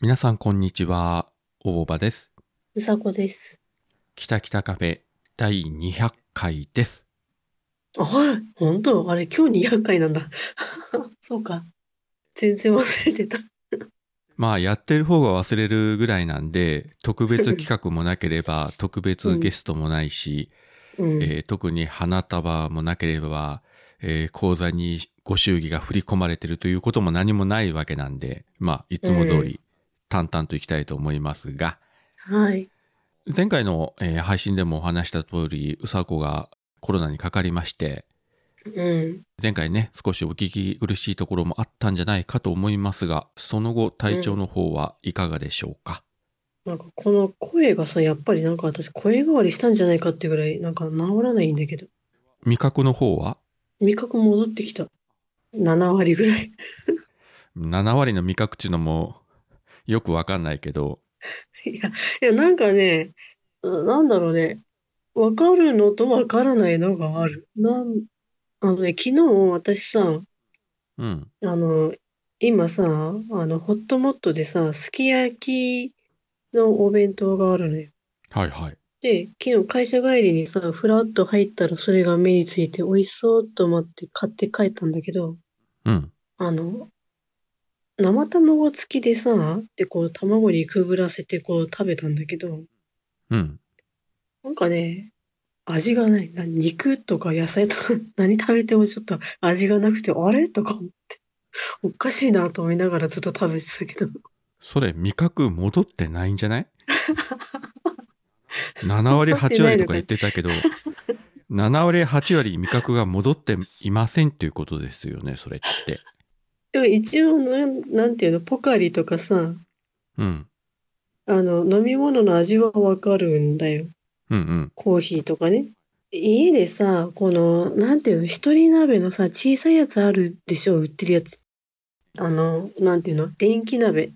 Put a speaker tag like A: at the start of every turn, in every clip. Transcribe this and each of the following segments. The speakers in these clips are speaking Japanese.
A: 皆さんこんにちは、大場です。
B: うさこです。
A: 北北カフェ第200回です。
B: あ、はい。本当あれ、今日200回なんだ。 そうか。全然忘れてた。
A: まあやってる方が忘れるぐらいなんで、特別企画もなけれ ば特別ゲストもないし、
B: うん。
A: えー特に花束もなければ、えー口座にご祝儀が振り込まれてるということも何もないわけなんで、まあいつも通
B: う
A: り淡々といきたいと思いますが、
B: はい。
A: 前回の、えー配信でもお話した通り、うさこがコロナにかかりまして、
B: うん。
A: 前回ね、少しお聞き苦しいところもあったんじゃないかと思いますが、その後体調の方はいかがでしょうか、
B: なんか、この声がさ、やっぱりなんか私、声変わりしたんじゃないかってぐらい、なんか治らないんだけど。
A: 味覚の方は
B: 味覚戻ってきた。7割ぐらい。
A: ?7 割の味覚っていうのもよくわかんないけど、
B: いや、いや、なんかね、うんなんだろうね。わかるのとわからないのがある。なん、あのね、昨日私さ、
A: うん、
B: あの、今さ、あの、ホットモットでさ、すき焼きのお弁当があるのよ。
A: はいはい。
B: で、昨日会社帰りにさ、ふらっと入ったらそれが目について美味しそうと思って買って帰ったんだけど、
A: うん、
B: あの、生卵付きでさ、でこう卵にくぐらせてこう食べたんだけど、
A: うん。
B: なんかね、味がない。な肉とか野菜とか 何食べてもちょっと味がなくて、あれとか思って、おかしいなと思いながらずっと食べてたけど。
A: それ味覚戻ってないんじゃ ない ?7 割、
B: 戻ってない
A: 8割
B: のか
A: とか言ってたけど、7割、8割味覚が戻っていませんっていうことですよね、それって。
B: でも一応なん、なんていうの、ポカリとかさ、
A: うん、
B: あの、飲み物の味はわかるんだよ。
A: うん、うん。
B: コーヒーとかね。家でさ、この、なんていうの、一人鍋のさ、小さいやつあるでしょ、売ってるやつ。あの、なんていうの、電気鍋。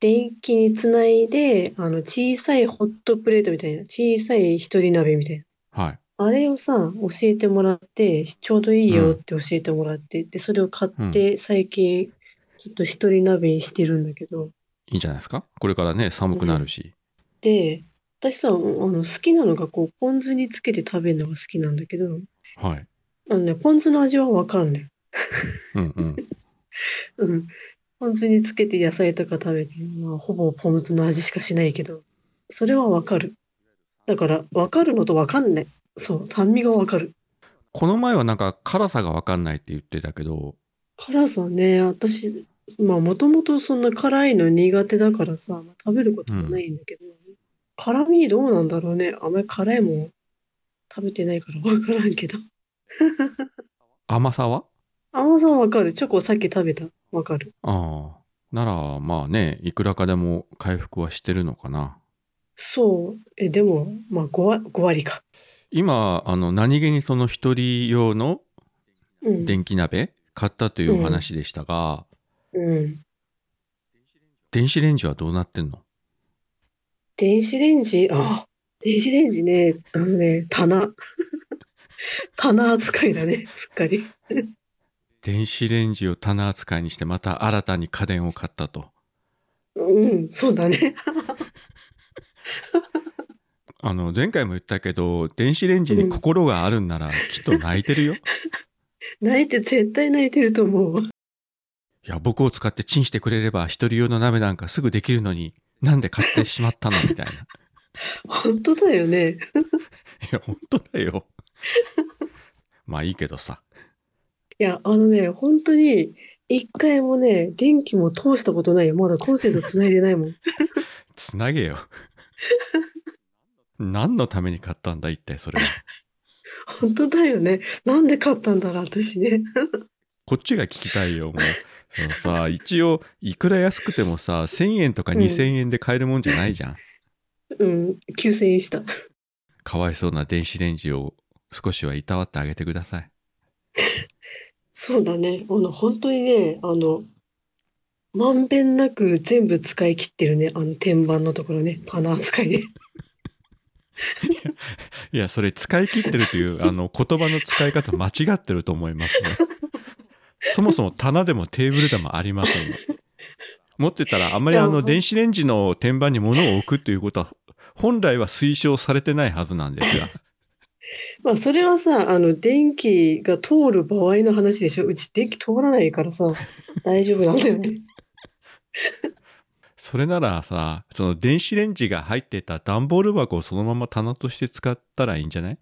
B: 電気につないで、あの、小さいホットプレートみたいな、小さい一人鍋みたいな。
A: はい。
B: あれをさ、教えてもらって、ちょうどいいよって教えてもらって、で、それを買って、最近、ちょっと一人鍋にしてるんだけど。
A: いいんじゃないですかこれからね、寒くなるし。
B: で、私さ、あの、好きなのが、こう、ポン酢につけて食べるのが好きなんだけど、
A: はい。
B: あのね、ポン酢の味はわかんない。
A: うんうん。
B: うん。ポン酢につけて野菜とか食べて、まあ、ほぼポン酢の味しかしないけど、それはわかる。だから、わかるのとわかんない。そう、酸味がわかる。
A: この前はなんか辛さがわかんないって言ってたけど、
B: 辛さね、私、まあ、もともとそんな辛いの苦手だからさ、まあ食べることもないんだけど、辛味どうなんだろうね。あんまり辛いもん食べてないからわからんけど。
A: 甘さは
B: 甘さはわかる。チョコさっき食べた。わかる。
A: ああ。なら、まあね、いくらかでも回復はしてるのかな。
B: そう。え、でも、まあ5割、5割か。
A: 今、あの、何気にその一人用の
B: うん。
A: 電気鍋買ったというお話でしたが、
B: うん。
A: 電子レンジはどうなってんの
B: 電子レンジ、あ、電子レンジね、あのね、棚。 棚扱いだね、すっかり。
A: 電子レンジを棚扱いにしてまた新たに家電を買ったと。
B: うん、そうだね。
A: あの、前回も言ったけど、電子レンジに心があるんならきっと泣いてるよ。
B: 泣いて、絶対泣いてると思うわ。
A: いや、僕を使ってチンしてくれれば一人用の鍋なんかすぐできるのに、なんで買ってしまったの みたいな。い
B: 本当だよね。
A: や、本当だ よ。まあいいけどさ。
B: いや、あのね、本当に、一回もね、電気も通したことないよ。まだコンセント繋いでないもん。
A: つな げよ。何のために買ったんだ一体それは。
B: 本当だよね。なんで買ったんだろう、私ね。
A: こっちが聞きたいよ、もう。そのさ、一応、いくら安くてもさ、1000円とか2000円で買えるもんじゃないじゃん。
B: うん、9000円した。
A: かわいそうな電子レンジを少しはいたわってあげてください。
B: そうだね。あの、本当にね、あの、まんべんなく全部使い切ってるね。あの、天板のところね。棚扱いね。
A: いや、それ使い切ってると いう、あの、言葉の使い方間違ってると思いますね。そもそも棚でもテーブルでもありません、持ってたら、あんまり
B: いや
A: あの、
B: ほん
A: 電子レンジの天板に物を置くということは、本来は推奨されてないはずなんですが。
B: まあ、それはさ、あの、電気が通る場合の話でしょ。うち電気通らないからさ、大丈夫なんだよね。
A: それならさ、その電子レンジが入ってた段ボール箱をそのまま棚として使ったらいいんじゃない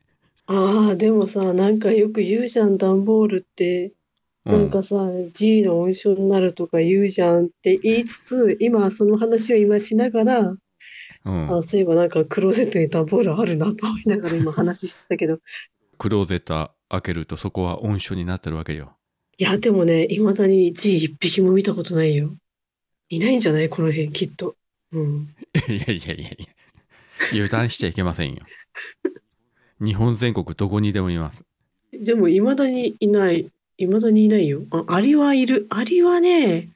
B: ああ、でもさ、なんかよく言うじゃん、段ボールって。
A: う
B: なんかさ、G の温床になるとか言うじゃんって言いつつ、今その話を今しながら、
A: うん
B: あ、そういえばなんかクローゼットに段ボールあるなと思いながら今話してたけど。
A: クローゼット開けるとそこは温床になってるわけよ。
B: いや、でもね、未だに G 一匹も見たことないよ。いないんじゃないこの辺、きっと。うん。
A: いやいやいやいや。油断しちゃいけませんよ。日本全国どこにでもいます。
B: でも未だにいない。未だにいないよ。あ、アリはいる。アリはね、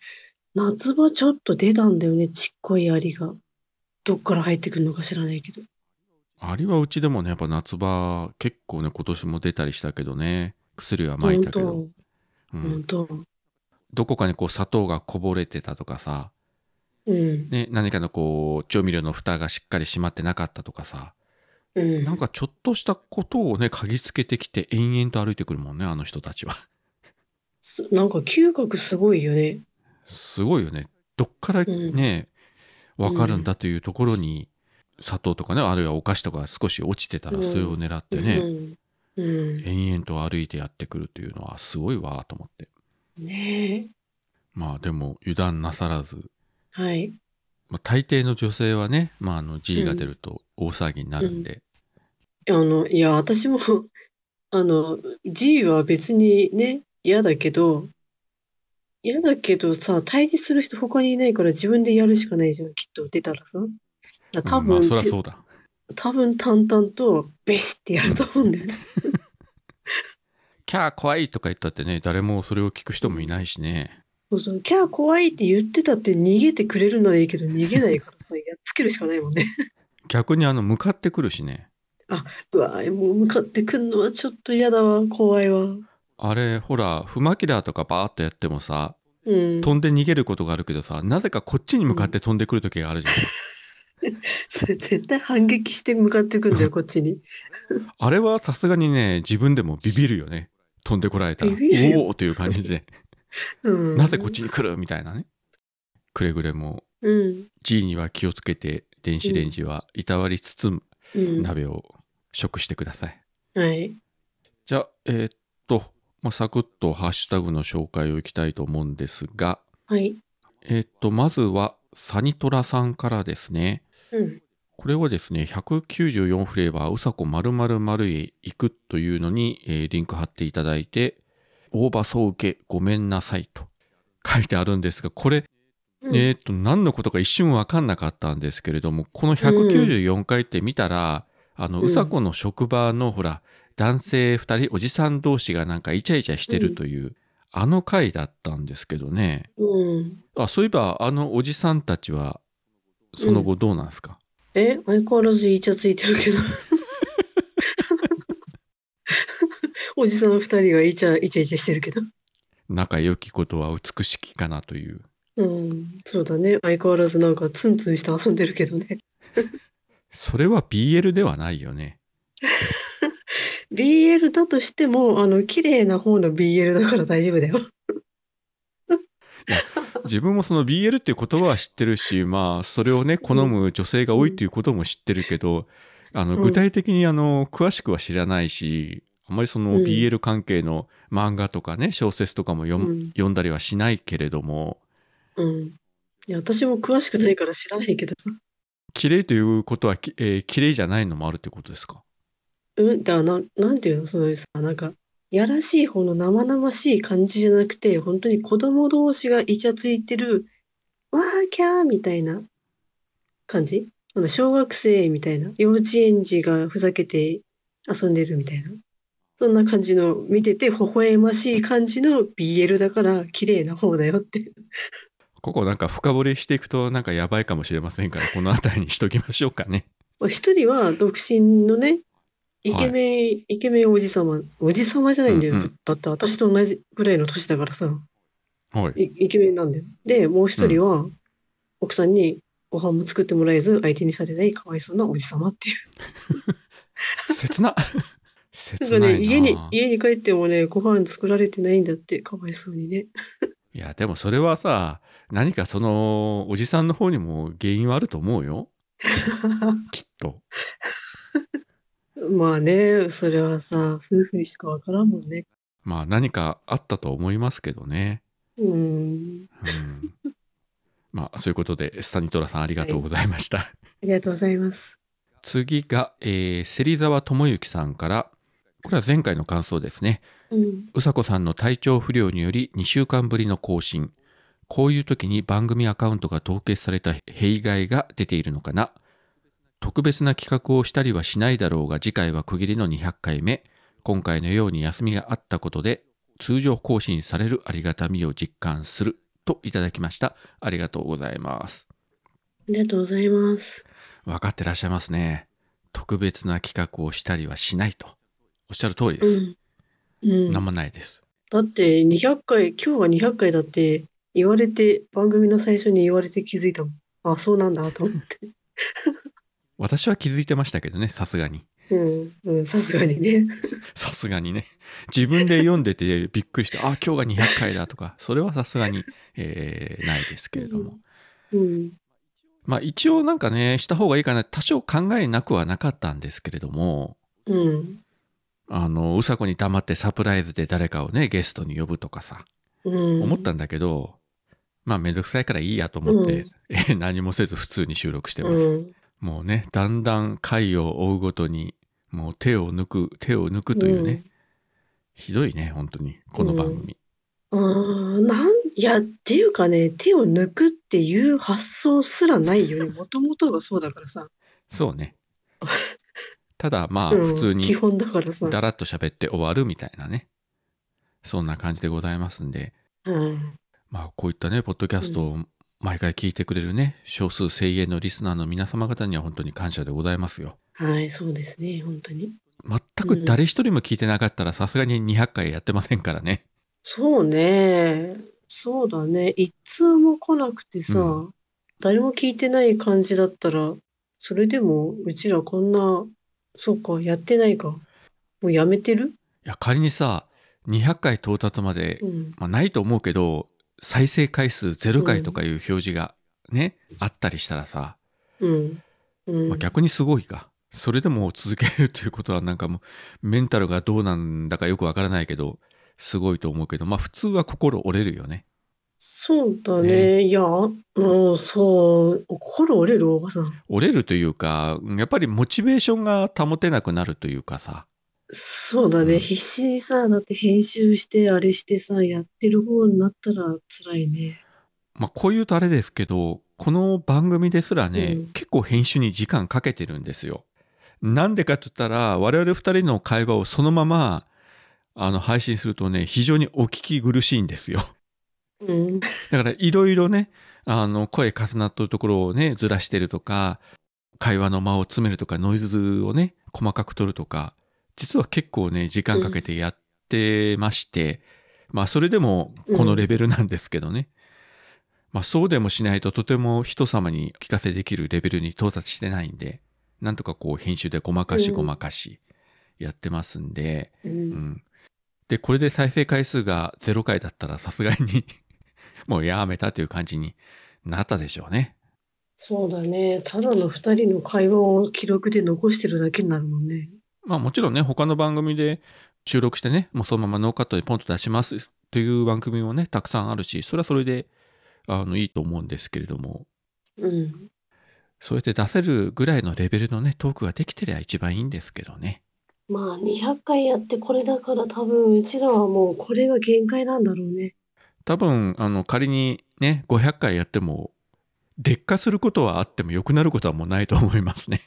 B: 夏場ちょっと出たんだよね、ちっこいアリが。どっから入ってくるのか知らないけど。
A: アリはうちでもね、やっぱ夏場結構ね、今年も出たりしたけどね。薬は撒いたけど。う
B: 本
A: ん、
B: 当、本
A: どこかにこう砂糖がこぼれてたとかさ。
B: 当。うん。
A: ね、何かのこう、調味料の蓋がしっかり閉まってなかったとかさ、
B: うん。
A: なんかちょっとしたことをね、嗅ぎつけてきて延々と歩いてくるもんね、あの人たちは。
B: すなんか嗅覚すごいよね。
A: すごいよね。どっからね、わ、かるんだというところに、砂糖とかね、あるいはお菓子とか少し落ちてたら、
B: うん
A: それを狙ってね、
B: うん。うん。
A: 延々と歩いてやってくるというのはすごいわ、と思って。
B: ね
A: まあでも、油断なさらず、
B: え。はい。
A: まあ、大抵の女性はね、まああの G が出ると大騒ぎになるんで、
B: あの、いや、私も、 あの、G は別にね、嫌だけど、嫌だけどさ、対峙する人他にいないから自分でやるしかないじゃん、きっと出たらさ。だ多
A: うんまあ
B: 分、
A: そりゃそうだ。
B: 多分淡々とベシってやると思うんだ よね。
A: キャー怖いとか言ったってね、誰もそれを聞く人もいないしね。
B: そうそう、キャー怖いって言ってたって逃げてくれるならいいけど、逃げないからさ、や っつけるしかないもんね。
A: 逆にあの、向かってくるしね。
B: うわもう向かってくんのはちょっと嫌だわ、怖いわ。
A: あれ、ほら、フマキラーとかバーっとやってもさ、
B: うん。
A: 飛んで逃げることがあるけどさ、なぜかこっちに向かって飛んでくる時があるじゃん。
B: それ絶対反撃して向かってくん だよ、こっちに。
A: あれはさすがにね、自分でもビビるよね。飛んでこられたら、おお
B: ビビるよ
A: ーという感じで、
B: うん。
A: なぜこっちに来るみたいなね。くれぐれも、
B: うん。
A: G には気をつけて、電子レンジはいたわりつつ、
B: うん。
A: 鍋を食してください。
B: はい。
A: じゃあ、えーっと、まあ、サクッとハッシュタグの紹介をいきたいと思うんですが、
B: はい。
A: えーっと、まずは、サニトラさんからですね。
B: うん。
A: これをですね、194フレーバー、うさこ○○○へ行くというのに、えーリンク貼っていただいて、大場総受け、ごめんなさいと書いてあるんですが、これ、
B: うん
A: えーっと、何のことか一瞬わかんなかったんですけれども、この194回って見たら、あの、
B: うん
A: うさこの職場の、ほら、男性二人、おじさん同士がなんかイチャイチャしてるという、あの回だったんですけどね。
B: うん。
A: あ、そういえば、あのおじさんたちは、その後どうなんですか、
B: え、相変わらずイチャついてるけど。 おじさん二人がイチャ、イチャイチャしてるけど。
A: 仲良きことは美しきかなという。
B: うん。そうだね。相変わらずなんかツンツンして遊んでるけどね。
A: それは BL ではないよね。
B: BL だとしても、あの、綺麗な方の BL だから大丈夫だよ。
A: 自分もその BL っていう言葉は知ってるし、 まあ、それをね、好む女性が多いということも知ってるけど、あの、
B: うん
A: 具体的にあの、詳しくは知らないし、あんまりその
B: うん
A: BL 関係の漫画とかね、小説とかも読,、
B: うん
A: 読んだりはしないけれども、
B: うん。いや、私も詳しくないから知らないけどさ。
A: 綺麗ということはき、えー綺麗じゃないのもあるってことですか
B: うん、だからな、なんていうの、そういうさ、なんか、やらしい方の生々しい感じじゃなくて、本当に子供同士がイチャついてる、わーキャーみたいな感じあの小学生みたいな、幼稚園児がふざけて遊んでるみたいな。そんな感じの、見てて微笑ましい感じの BL だから、綺麗な方だよって。
A: ここなんか深掘りしていくとなんかやばいかもしれませんから、この辺りにしときましょうかね。
B: まあ、一人は独身のね、イケメン、イケメンおじさま、おじさまじゃないんだよ。
A: うんうん
B: だって私と同じぐらいの年だからさ。
A: はい。
B: イイケメンなんだよ。で、もう一人は、奥さんにご飯も作ってもらえず相手にされないかわいそうなおじさまっていう。
A: 切な。
B: なん
A: 切
B: か
A: ないな。
B: ね、家に、家に帰ってもね、ご飯作られてないんだって、かわいそうにね。
A: いや、でもそれはさ、何かその、おじさんの方にも原因はあると思うよ。きっと。
B: まあね、それはさ、夫婦にしかわからんもんね。
A: まあ何かあったと思いますけどね。
B: うん。
A: うん。 まあ、そういうことで、スタニトラさんありがとうございました。
B: ありがとうございます。
A: 次が、えー、芹沢智之さんから、これは前回の感想ですね。
B: うん。
A: うさこさんの体調不良により2週間ぶりの更新。こういう時に番組アカウントが凍結された弊害が出ているのかな。特別な企画をしたりはしないだろうが次回は区切りの200回目。今回のように休みがあったことで通常更新されるありがたみを実感するといただきました。ありがとうございます。
B: ありがとうございます。
A: 分かってらっしゃいますね。特別な企画をしたりはしないと。おっしゃる通りで
B: う
A: す。
B: ん。うん。
A: なんもないです。
B: だって200回、今日は200回だって言われて、番組の最初に言われて気づいたもん。あ、そうなんだと思って。
A: 私は気づいてましたけどね、さすがに。
B: うん、うん、さすがにね。
A: さすがにね。自分で読んでてびっくりして、あ、今日が200回だとか、それはさすがに、えーないですけれども。
B: うん、
A: まあ一応なんかね、した方がいいかな、多少考えなくはなかったんですけれども、
B: うん、
A: あの、うさこに黙ってサプライズで誰かをね、ゲストに呼ぶとかさ、
B: うん。
A: 思ったんだけど、まあめんどくさいからいいやと思って、
B: う
A: えー何もせず普通に収録してます。
B: うん、
A: もうね、だんだん回を追うごとに、もう手を抜く、手を抜くというね、ひどいね、本当に、この番組。
B: うん。あーなん、いや、っていうかね、手を抜くっていう発想すらないよ ね。もともとがそうだからさ。
A: そう ね。ただまあ、
B: うん
A: 普通に
B: 基本だからさ。
A: だらっと喋って終わるみたいなね。そんな感じでございますんで、
B: うん。
A: まあこういったね、ポッドキャストを毎回聞いてくれるね、少数精鋭のリスナーの皆様方には本当に感謝でございますよ。
B: はい、そうですね、本当に。
A: 全く誰一人も聞いてなかったらさすがに200回やってませんからね。
B: そうね。そうだね。一通も来なくてさ、
A: う
B: 誰も聞いてない感じだったら、それでもうちらこんな、そうか、やってないか。もうやめてる
A: いや、仮にさ、200回到達まで
B: うん。
A: まあ、ないと思うけど再生回数0回とかいう表示がね、あったりしたらさ、
B: うん。うん。
A: まあ、逆にすごいか、それでも続けるということはなんかもうメンタルがどうなんだかよくわからないけどすごいと思うけどまあ普通は心折れるよね
B: そうだね。いや、もうそう、心折れる、おばさん。
A: 折れるというかやっぱりモチベーションが保てなくなるというかさ
B: そうだね。
A: うん
B: 必死にさ、だって編集して、あれしてさ、やってる方になったら辛いね。
A: まあこういうとあれですけどこの番組ですらね、
B: うん
A: 結構編集に時間かけてるんですよ。なんでかって言ったら我々二人の会話をそのままあの配信するとね非常にお聞き苦しいんですよ。
B: うん。
A: だからいろいろねあの声重なっとるところをねずらしてるとか会話の間を詰めるとかノイズをね細かく取るとか実は結構ね時間かけてやってまして、まあそれでもこのレベルなんですけどね、まあそうでもしないととても人様にお聞かせできるレベルに到達してないんでなんとかこう編集でごまかし
B: うん
A: ごまかしやってますんで、
B: う。
A: うんん。で、これで再生回数が0回だったらさすがに、 もうやめたという感じになったでしょうね。
B: そうだね。ただの二人の会話を記録で残してるだけになるもんね。
A: まあもちろんね、他の番組で収録してね、もうそのままノーカットでポンと出しますという番組もね、たくさんあるし、それはそれで、あの、いいと思うんですけれども、
B: うん。
A: そうやって出せるぐらいのレベルのね、トークができてりゃ一番いいんですけどね。
B: まあ、200回やってこれだから多分、うちらはもうこれが限界なんだろうね。
A: 多分、あの、仮にね、500回やっても、劣化することはあっても良くなることはもうないと思いますね。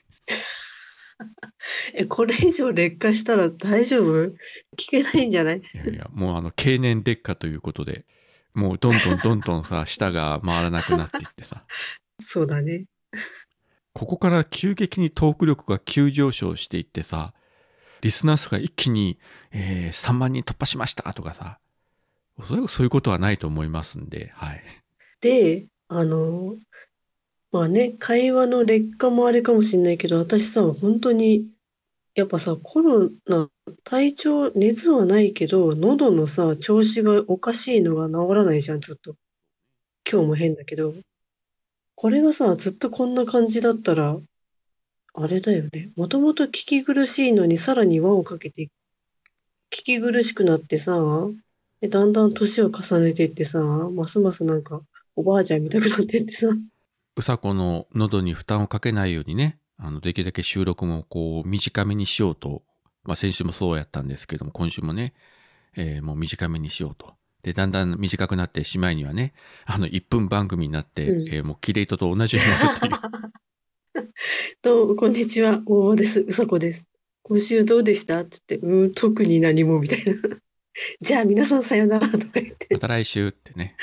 B: え、これ以上劣化したら大丈夫聞けないんじゃない
A: いやいや、もうあの、経年劣化ということで、もうどんどんどんどんさ、 舌が回らなくなっていってさ、
B: そうだね。
A: ここから急激にトーク力が急上昇していってさ、リスナー数が一気に、えー3万人突破しましたとかさ、おそらくそういうことはないと思いますんで、はい。
B: で、あの、まあね、会話の劣化もあれかもしれないけど、私さ、本当に、やっぱさ、コロナ、体調、熱はないけど、喉のさ、調子がおかしいのが治らないじゃん、ずっと。今日も変だけど。これがさ、ずっとこんな感じだったら、あれだよね。もともと聞き苦しいのに、さらに輪をかけて、聞き苦しくなってさ、でだんだん年を重ねていってさ、ますますなんか、おばあちゃん見たくなってってさ。
A: うさこの喉に負担をかけないようにね、あの、できるだけ収録もこう、短めにしようと。まあ、先週もそうやったんですけども、今週もね、えーもう短めにしようと。で、だんだん短くなってしまいにはね、あの、1分番組になって、
B: うん
A: えーもうキレイトと同じようになるという。
B: どうも、こんにちは。大場です。うさこです。今週どうでしたって言って、うーん、特に何も、みたいな。 じゃあ、皆さんさよなら、とか言って
A: ま。た来週ってね。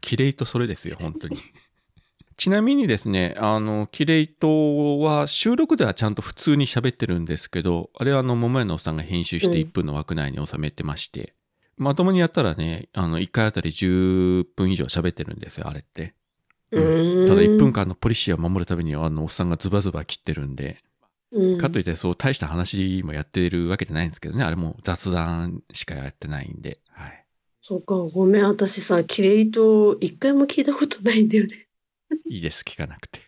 A: キレイトそれですよ、本 当に。ちなみにですね、あの、キレイトは収録ではちゃんと普通に喋ってるんですけど、あれはあの、桃屋のおっさんが編集して
B: うん
A: 1分の枠内に収めてまして、まともにやったらね、あの、1回あたり10分以上喋ってるんですよ、あれって。う
B: うーん。
A: ただ1分間のポリシーを守るためには、あの、おっさんがズバズバ切ってるんで、
B: うん。
A: かといってそう大した話もやってるわけじゃないんですけどね、あれも雑談しかやってないんで、はい。
B: そうか、ごめん、私さ、キレイと一回も聞いたことないんだよね。
A: いいです、聞かなくて。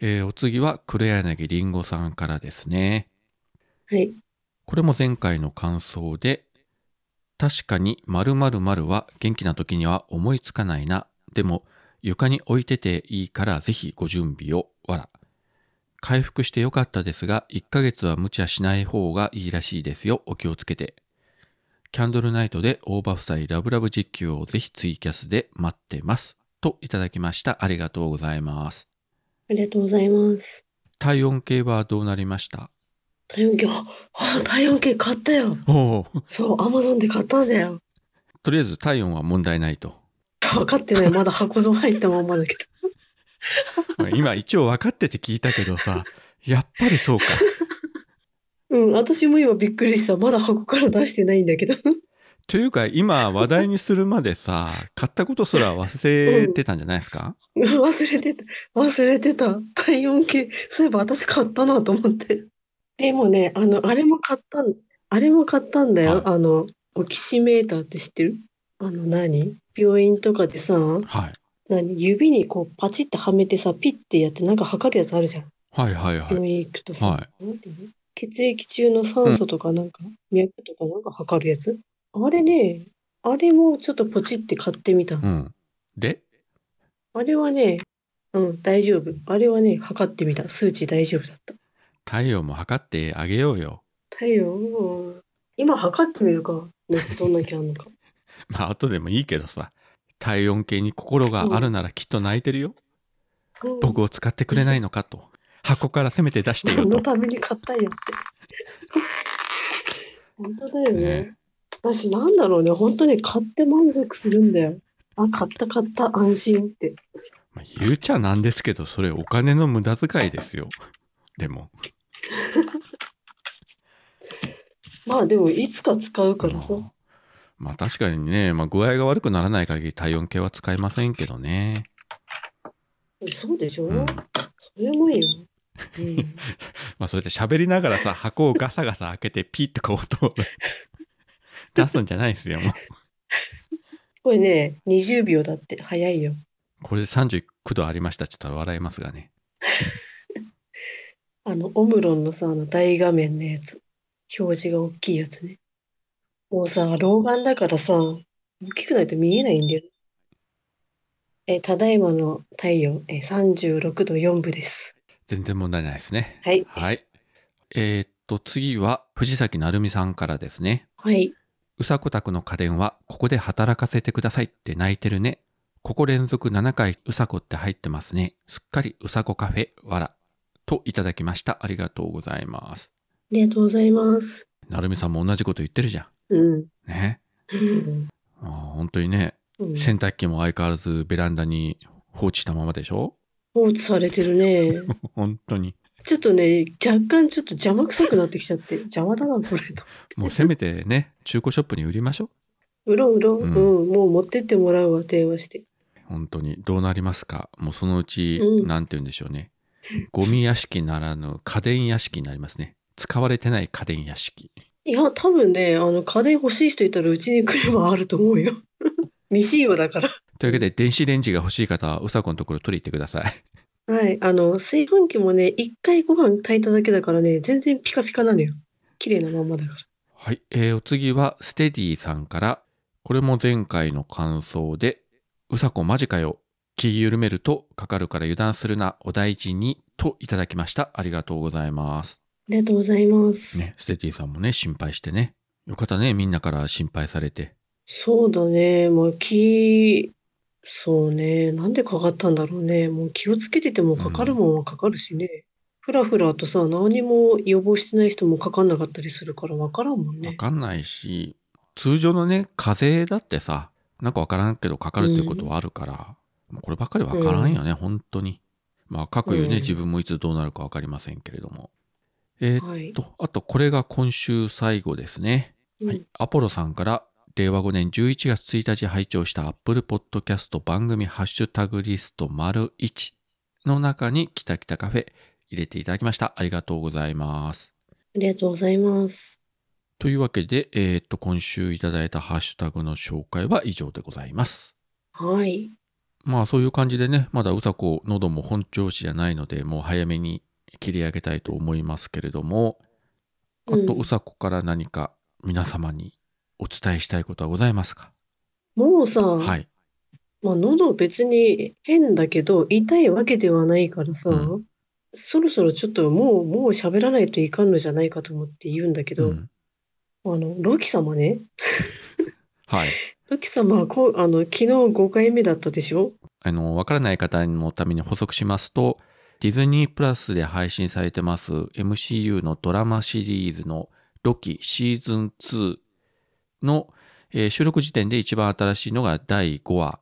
A: えーお次は、黒柳りんごさんからですね。
B: はい。
A: これも前回の感想で、確かに〇〇〇は元気な時には思いつかないな。でも、床に置いてていいからぜひご準備を。わら。回復してよかったですが、1ヶ月は無茶しない方がいいらしいですよ。お気をつけて。キャンドルナイトで大場夫妻ラブラブ実況をぜひツイキャスで待ってます。といただきました。ありがとうございます。
B: ありがとうございます。
A: 体温計はどうなりました
B: 体温計、あ、あ体温計買ったよ。
A: おお。
B: そう、アマゾンで買ったんだよ。
A: とりあえず体温は問題ないと。
B: 分かってない、まだ箱の入ったまんまだけど。
A: まあ今一応分かってて聞いたけどさ、やっぱりそうか。
B: うん、私も今びっくりした。まだ箱から出してないんだけど。
A: というか今話題にするまでさ、買ったことすら忘れてたんじゃないですか、
B: 忘れてた。忘れてた。体温計。そういえば私買ったなと思って。でもね、あの、あれも買ったん、あれも買ったんだよ。あの、オキシメーターって知ってるあの何、病院とかでさ、
A: はい。
B: 何指にこうパチってはめてさ、ピッてやってなんか測るやつあるじゃん。
A: はいはいはい。
B: 病院行くとさ、
A: は
B: なんていうの血液中の酸素とかなんか、脈とかなんか測るやつあれね、あれもちょっとポチって買ってみた。
A: い。うん。で、
B: あれはね、うん、大丈夫。あれはね、測ってみた。数値大丈夫だった。
A: 体温も測ってあげようよ。
B: 体温今測ってみるか。熱どんなきゃあんのか。
A: まあ後でもいいけどさ、体温計に心があるならきっと泣いてるよ。
B: うん
A: 僕を使ってくれないのかと。箱からせめて出してよ
B: 何の
A: と。
B: ために買 ったんやって。本当だよね。
A: ね
B: 私なんだろうね。本当に買って満足するんだよ。あ、買った買った、安心って。
A: まあ、言うちゃなんですけど、それお金の無駄遣いですよ。でも。
B: まあでも、いつか使うからさ
A: う。んまあ確かにね、まあ、具合が悪くならない限り体温計は使えませんけどね。
B: そうでしょ、
A: うん。
B: それもいいよ。 うん、
A: まあそれで喋りながらさ、箱をガサガサ開けてピッとこう音を 出すんじゃないですよ。もう
B: これね、20秒だって。早いよ。
A: これで39度ありました。ちょっと笑いますがね。
B: あの、オムロンのさ、あの大画面のやつ。表示が大きいやつね。もうさ、老眼だからさ、大きくないと見えないんだよ。えー、ただいまの太陽、えー、36度4分です。
A: 全然問題ないですね。
B: はい。
A: はい。えーっと、次は藤崎成美さんからですね。
B: はい。
A: うさこたくの家電はここで働かせてくださいって泣いてるね。ここ連続7回うさこって入ってますね。すっかりうさこカフェわら。といただきました。ありがとうございます。
B: ありがとうございます。
A: なるみさんも同じこと言ってるじゃ
B: うん。
A: ん。ね。
B: うん。
A: ああ本当にね、
B: うん
A: 洗濯機も相変わらずベランダに放置したままでしょ
B: 放置されてる ね。
A: 本当に。
B: ちょっとね、若干ちょっと邪魔くさくなってきちゃって、邪魔だな、これと。
A: もうせめてね、中古ショップに売りましょ
B: うろうろ、う、
A: うんん
B: もう持ってってもらうわ、電話して。
A: う。本当に。どうなりますかもうそのうち、
B: うん
A: なんて言うんでしょうね。ゴミ屋敷ならぬ家電屋敷になりますね。使われてない家電屋敷。
B: いや、多分ね、あの、家電欲しい人いたらうちに来ればあると思うよ。 未使用だから。
A: というわけで、電子レンジが欲しい方は、うさこのところ取りに行ってください。
B: はい。あの、炊飯器もね、一回ご飯炊いただけだからね、全然ピカピカなのよ。綺麗なまんまだから。
A: はい。えー、お次は、ステディさんから、これも前回の感想で、うさこマジかよ。気緩めるとかかるから油断するな。お大事に。といただきました。ありがとうございます。
B: ありがとうございます。
A: ね、ステディさんもね、心配してね。よかったね。みんなから心配されて。
B: そうだね。もう気、そうね。なんでかかったんだろうね。もう気をつけててもかかるもんはかかるしね。ふらふらとさ、何も予防してない人もかかんなかったりするからわからんも
A: わ
B: んね。
A: かんないし、通常のね、風邪だってさ、なんかわからんけどかかるということはあるから、もうこればっかりわからんよね、本当に。まあ、各言うね、
B: うん
A: 自分もいつどうなるかわかりませんけれども。えーっ
B: はい。
A: と、あとこれが今週最後ですね。
B: うん
A: はい、アポロさんから令和5年11月1日拝聴したアップルポッドキャスト番組ハッシュタグリスト丸1の中にキタキタカフェ入れていただきました。ありがとうございます。
B: ありがとうございます。
A: というわけで、えーっと、今週いただいたハッシュタグの紹介は以上でございます。
B: はい。
A: まあそういう感じでね、まだうさこ喉も本調子じゃないので、もう早めに切り上げたいと思いますけれども、あ
B: うん
A: とうさこから何か皆様にお伝えしたいことはございますか、
B: もうさ、
A: はい。
B: まあ、喉別に変だけど、痛いわけではないからさ、
A: う
B: そろそろちょっともう、もう喋らないといかんのじゃないかと思って言うんだけど、
A: うん
B: あの、ロキ様ね、
A: はい。
B: ロキ様はこう、あの、昨日5回目だったでしょ
A: あの、わからない方のために補足しますと、ディズニープラスで配信されてます MCU のドラマシリーズのロキシーズン2の、えー収録時点で一番新しいのが第5話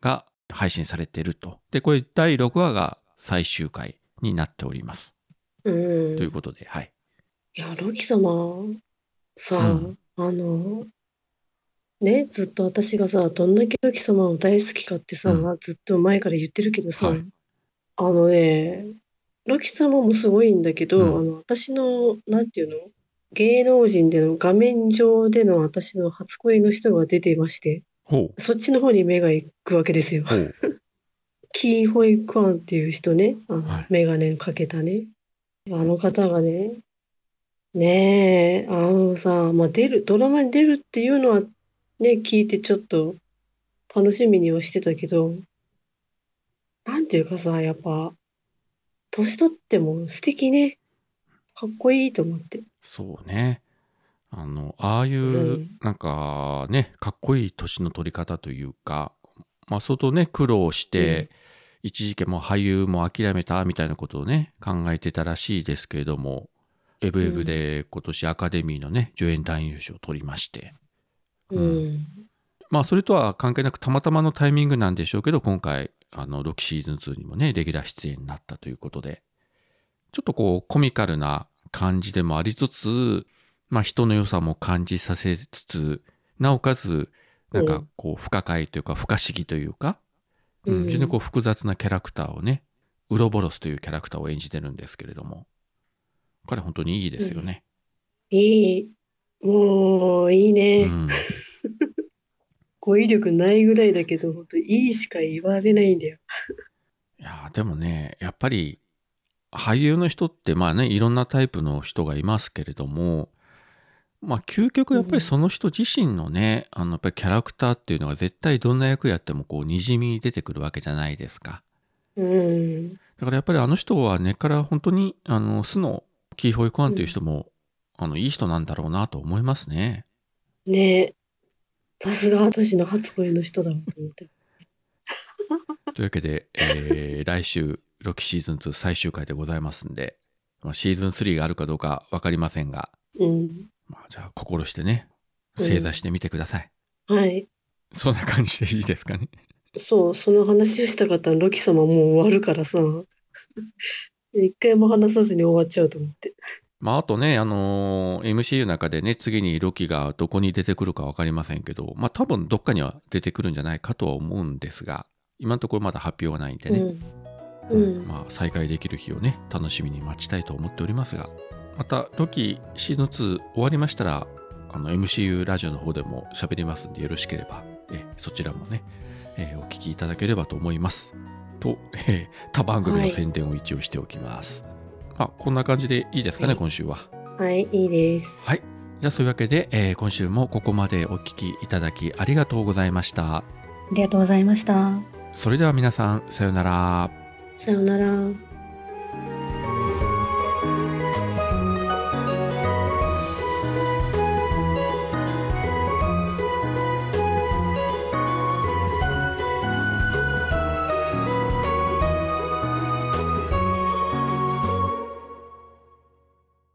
A: が配信されていると。で、これ第6話が最終回になっております。
B: うん。
A: という
B: い
A: ことで、はい。
B: や、ロキ様、さ、
A: うん
B: あの、ね、ずっと私がさ、どんだけロキ様を大好きかってさ、
A: う
B: ずっと前から言ってるけどさ、
A: はい
B: あのね、ロキ様もすごいんだけど、
A: うん
B: あの私の、なんていうの芸能人での画面上での私の初恋の人が出ていまして、
A: ほう。
B: そっちの方に目が行くわけですよ。
A: ほう。
B: キーホイ・クワンっていう人ね、あの
A: はい
B: メガネかけたね。あの方がね、ねえ、あのさ、まあ、出る、ドラマに出るっていうのはね、聞いてちょっと楽しみにはしてたけど、なんていうかさ、やっぱ、年取っても素敵ね。かっこいいと思って。、
A: そうね。あの、ああいううんなんかね、かっこいい年の取り方というか、まあ、相当ね、苦労して、一時期もう俳優も諦めたみたいなことをね、考えてたらしいですけれども、エブエブで今年アカデミーのね、助演男優賞を取りまして、う
B: う
A: ん
B: ん。
A: まあ、それとは関係なくたまたまのタイミングなんでしょうけど、今回、あの、6シーズン2にもね、レギュラー出演になったということで、ちょっとこう、コミカルな感じでもありつつ、まあ、人の良さも感じさせつつ、なおかつ、なんかこう、不可解というか、不可思議というか、う
B: うん
A: ん、非常にこう、複雑なキャラクターをね、ウロボロスというキャラクターを演じてるんですけれども、彼本当にいいですよね。
B: いい。もう、いいうね。
A: ん。
B: 語彙力ないぐらいだけど、ほんといいしか言われないんだよ。
A: いやーでもね、やっぱり俳優の人ってまあね、いろんなタイプの人がいますけれども、まあ究極やっぱりその人自身のね、あのやっぱりキャラクターっていうのが絶対どんな役やってもこう滲み出てくるわけじゃないですか。
B: うん。
A: だからやっぱりあの人は根っから本当にあの素のキーホイクワンという人も、あのいい人なんだろうなと思いますね。
B: ねえ。さすが私の初恋の人だわと思って。
A: というわけで、えー来週、ロキシーズン2最終回でございますんで、まあシーズン3があるかどうかわかりませんが、
B: うん。
A: まあ、じゃあ、心してね、
B: うん
A: 正座してみてください。
B: はい。
A: そんな感じでいいです かね。
B: そう、その話をしたかったらロキ様もう終わるからさ。一回も話さずに終わっちゃうと思って。
A: まあ、あとね、あのー MCU の中でね、次にロキがどこに出てくるかわかりませんけど、まあ、多分どっかには出てくるんじゃないかとは思うんですが、今のところまだ発表はないんで
B: う
A: ね、
B: ん。うん。
A: まあ、再開できる日をね楽しみに待ちたいと思っておりますがまたロキシーズン2終わりましたらあの MCU ラジオの方でも喋りますんでよろしければえそちらもね、えお聞きいただければと思いますと、え他番組の宣伝を一応しておきます、まあこんな感じでいいですかね、
B: はい
A: 今週は
B: はい、いいです。
A: はいじゃあそういうわけで、えー今週もここまでお聞きいただきありがとうございました
B: ありがとうございました。
A: それでは皆さんさようなら
B: さようなら。